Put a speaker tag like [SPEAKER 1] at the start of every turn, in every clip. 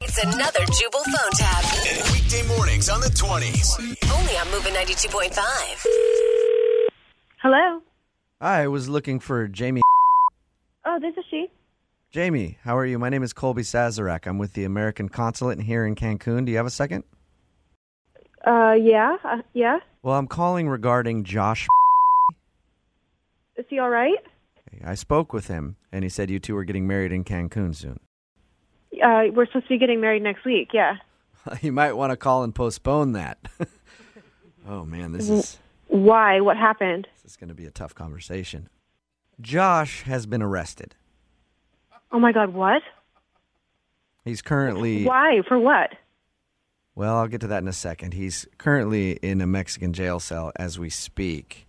[SPEAKER 1] It's another Jubal phone tab.
[SPEAKER 2] Weekday mornings on the 20s.
[SPEAKER 1] Only on Moving 92.5.
[SPEAKER 3] Hello.
[SPEAKER 4] I was looking for Jamie.
[SPEAKER 3] Oh, this is she.
[SPEAKER 4] Jamie, how are you? My name is Colby Sazerac. I'm with the American Consulate here in Cancun. Do you have a second?
[SPEAKER 3] Uh, yeah, uh, yeah.
[SPEAKER 4] Well, I'm calling regarding Josh.
[SPEAKER 3] Is he all right?
[SPEAKER 4] I spoke with him, and he said you two are getting married in Cancun soon.
[SPEAKER 3] Uh, we're supposed to be getting married next week. Yeah.
[SPEAKER 4] you might want to call and postpone that. oh man, this is
[SPEAKER 3] Why? What happened?
[SPEAKER 4] this is going to be a tough conversation. Josh has been arrested.
[SPEAKER 3] Oh my God! What?
[SPEAKER 4] He's currently
[SPEAKER 3] Why? For what?
[SPEAKER 4] Well, I'll get to that in a second. He's currently in a Mexican jail cell as we speak.
[SPEAKER 3] Oh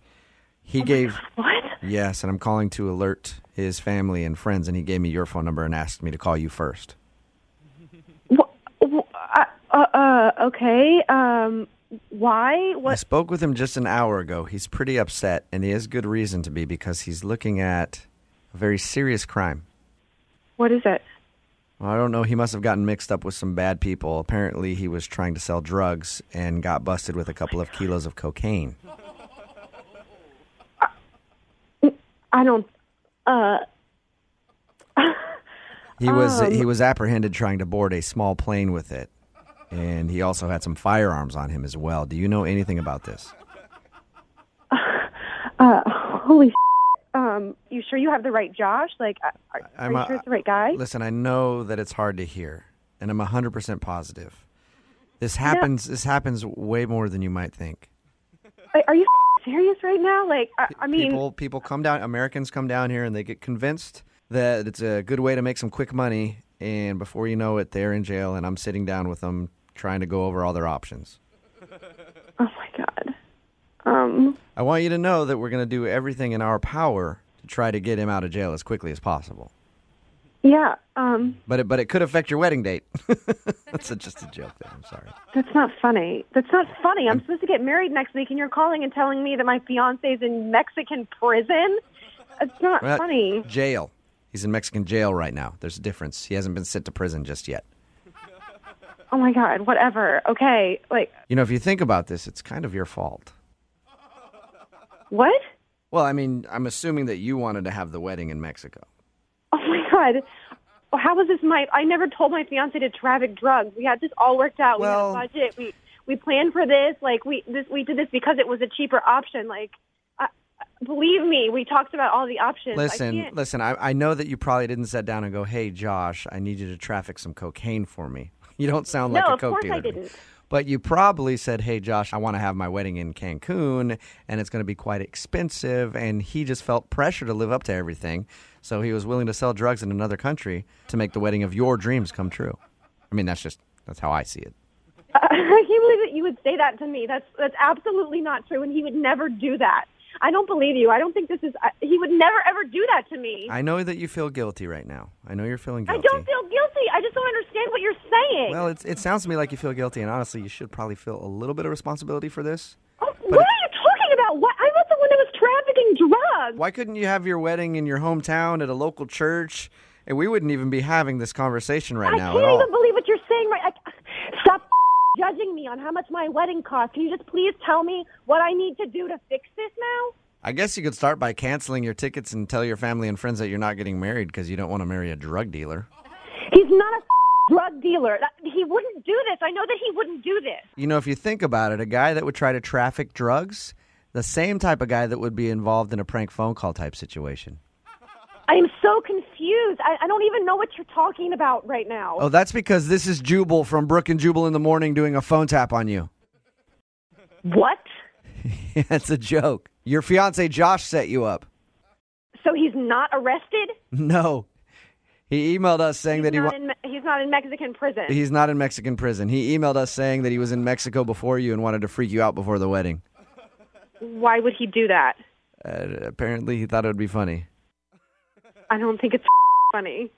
[SPEAKER 4] He gave
[SPEAKER 3] What?
[SPEAKER 4] Yes, and I'm calling to alert his family and friends, and he gave me your phone number and asked me to call you first.
[SPEAKER 3] What? Uh, uh, uh, okay. Um, why?
[SPEAKER 4] I
[SPEAKER 3] What?
[SPEAKER 4] spoke with him just an hour ago. He's pretty upset, and he has good reason to be because he's looking at a very serious crime.
[SPEAKER 3] What is it?
[SPEAKER 4] I don't know. He must have gotten mixed up with some bad people. Apparently, he was trying to sell drugs and got busted with a couple of kilos of cocaine.
[SPEAKER 3] I don't. Uh,
[SPEAKER 4] He was he was apprehended trying to board a small plane with it, and he also had some firearms on him as well. Do you know anything about this?
[SPEAKER 3] uh, holy. Um, you sure you have the right Josh? Like, are, are
[SPEAKER 4] I'm
[SPEAKER 3] you
[SPEAKER 4] a-
[SPEAKER 3] sure it's the right guy?
[SPEAKER 4] Listen, I know that it's hard to hear, and I'm 100% positive. This happens this happens way more than you might think.
[SPEAKER 3] Like, are you serious right now? Like, I, I mean,
[SPEAKER 4] people people come down Americans come down here and they get convinced that it's a good way to make some quick money and before you know it they're in jail and I'm sitting down with them trying to go over all their options.
[SPEAKER 3] oh my God. Um.
[SPEAKER 4] I want you to know that we're going to do everything in our power to try to get him out of jail as quickly as possible.
[SPEAKER 3] Yeah. Um.
[SPEAKER 4] But it, but it could affect your wedding date. That's a, just a joke there. I'm sorry.
[SPEAKER 3] That's not funny. That's not funny. I'm supposed to get married next week, and you're calling and telling me that my fiance's in Mexican prison. It's not
[SPEAKER 4] Well,
[SPEAKER 3] funny.
[SPEAKER 4] Jail. He's in Mexican jail right now. There's a difference. He hasn't been sent to prison just yet.
[SPEAKER 3] Oh my god. Whatever. Okay. Like
[SPEAKER 4] You know, if you think about this, it's kind of your fault.
[SPEAKER 3] what?
[SPEAKER 4] Well, I mean, I'm assuming that you wanted to have the wedding in Mexico.
[SPEAKER 3] Oh my god. How was this my? I never told my fiance to traffic drugs. We had this all worked out.
[SPEAKER 4] Well-
[SPEAKER 3] we had a budget. We we planned for this. Like we this we did this because it was a cheaper option. Like. I Believe me, we talked about all the options. I
[SPEAKER 4] Listen,
[SPEAKER 3] can't-
[SPEAKER 4] listen, I, I know that you probably didn't sit down and go, hey, Josh, I need you to traffic some cocaine for me. You don't sound like
[SPEAKER 3] No,
[SPEAKER 4] a
[SPEAKER 3] of
[SPEAKER 4] coke
[SPEAKER 3] course
[SPEAKER 4] dealer.
[SPEAKER 3] I
[SPEAKER 4] to me.
[SPEAKER 3] didn't.
[SPEAKER 4] But you probably said, hey, Josh, I want to have my wedding in Cancun and it's going to be quite expensive. And he just felt pressure to live up to everything. So he was willing to sell drugs in another country to make the wedding of your dreams come true. I mean, that's just, that's how I see it.
[SPEAKER 3] I can't believe that you would say that to me. That's that's absolutely not true, and he would never do that. I don't believe you. I don't think this is. I, he would never ever do that to me. I,
[SPEAKER 4] I know that you feel guilty right now. I know you're feeling guilty.
[SPEAKER 3] don't feel guilty. I just don't understand what you're saying.
[SPEAKER 4] Well, it's, it sounds to me like you feel guilty, and honestly, you should probably feel a little bit of responsibility for this.
[SPEAKER 3] Oh, what are you talking about? What? I was the one that was trafficking drugs.
[SPEAKER 4] Why couldn't you have your wedding in your hometown at a local church? And we wouldn't even be having this conversation right
[SPEAKER 3] I
[SPEAKER 4] now
[SPEAKER 3] can't
[SPEAKER 4] at all.
[SPEAKER 3] even believe what you're saying. Right? I, stop judging me on how much my wedding cost. Can you just please tell me what I need to do to fix this now?
[SPEAKER 4] I guess you could start by canceling your tickets and tell your family and friends that you're not getting married because you don't want to marry a drug dealer.
[SPEAKER 3] He's not a drug dealer. That- He wouldn't do this. I know that he wouldn't do this.
[SPEAKER 4] You know, if you think about it, a guy that would try to traffic drugs, the same type of guy that would be involved in a prank phone call type situation.
[SPEAKER 3] I am so confused. I, I don't even know what you're talking about right now.
[SPEAKER 4] Oh, that's because this is Jubal from Brook and Jubal in the morning doing a phone tap on you.
[SPEAKER 3] What?
[SPEAKER 4] that's a joke. Your fiance Josh set you up.
[SPEAKER 3] So he's not arrested?
[SPEAKER 4] No. He emailed us saying that he
[SPEAKER 3] not
[SPEAKER 4] wa-
[SPEAKER 3] in, Me- he's not in Mexican prison.
[SPEAKER 4] He's not in Mexican prison. He emailed us saying that he was in Mexico before you and wanted to freak you out before the wedding.
[SPEAKER 3] Why would he do that?
[SPEAKER 4] Uh, apparently, he thought it would be funny.
[SPEAKER 3] I don't think it's funny.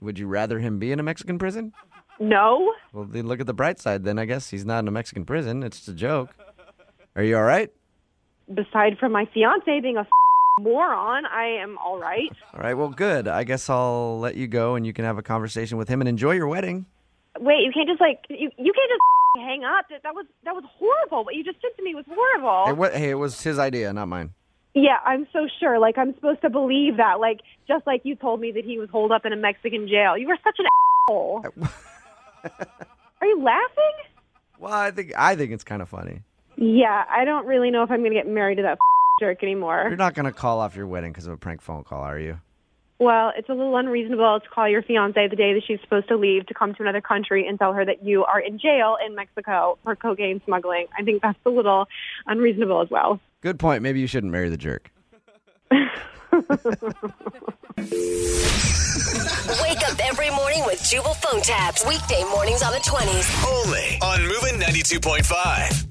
[SPEAKER 4] Would you rather him be in a Mexican prison?
[SPEAKER 3] No?
[SPEAKER 4] Well, then look at the bright side. Then I guess he's not in a Mexican prison. It's just a joke. Are you all right?
[SPEAKER 3] Beside from my fiance being a moron, I am all right.
[SPEAKER 4] All right. Well, good. I guess I'll let you go, and you can have a conversation with him and enjoy your wedding.
[SPEAKER 3] wait, you can't just like you you can't just hang up. That, that was that was horrible. What you just did to me was horrible.
[SPEAKER 4] It wa- hey, it was his idea, not mine.
[SPEAKER 3] yeah, I'm so sure. Like I'm supposed to believe that. Like just like you told me that he was holed up in a Mexican jail. You were such an asshole. Are you laughing?
[SPEAKER 4] Well, I think I think it's kind of funny.
[SPEAKER 3] Yeah, I don't really know if I'm going to get married to that jerk anymore.
[SPEAKER 4] You're not gonna call off your wedding because of a prank phone call, are you?
[SPEAKER 3] Well, it's a little unreasonable to call your fiance the day that she's supposed to leave to come to another country and tell her that you are in jail in Mexico for cocaine smuggling. I think that's a little unreasonable as well.
[SPEAKER 4] Good point. Maybe you shouldn't marry the jerk.
[SPEAKER 1] Wake up every morning with Jubal phone tabs. Weekday mornings on the 20s.
[SPEAKER 2] Only on Moving 92.5.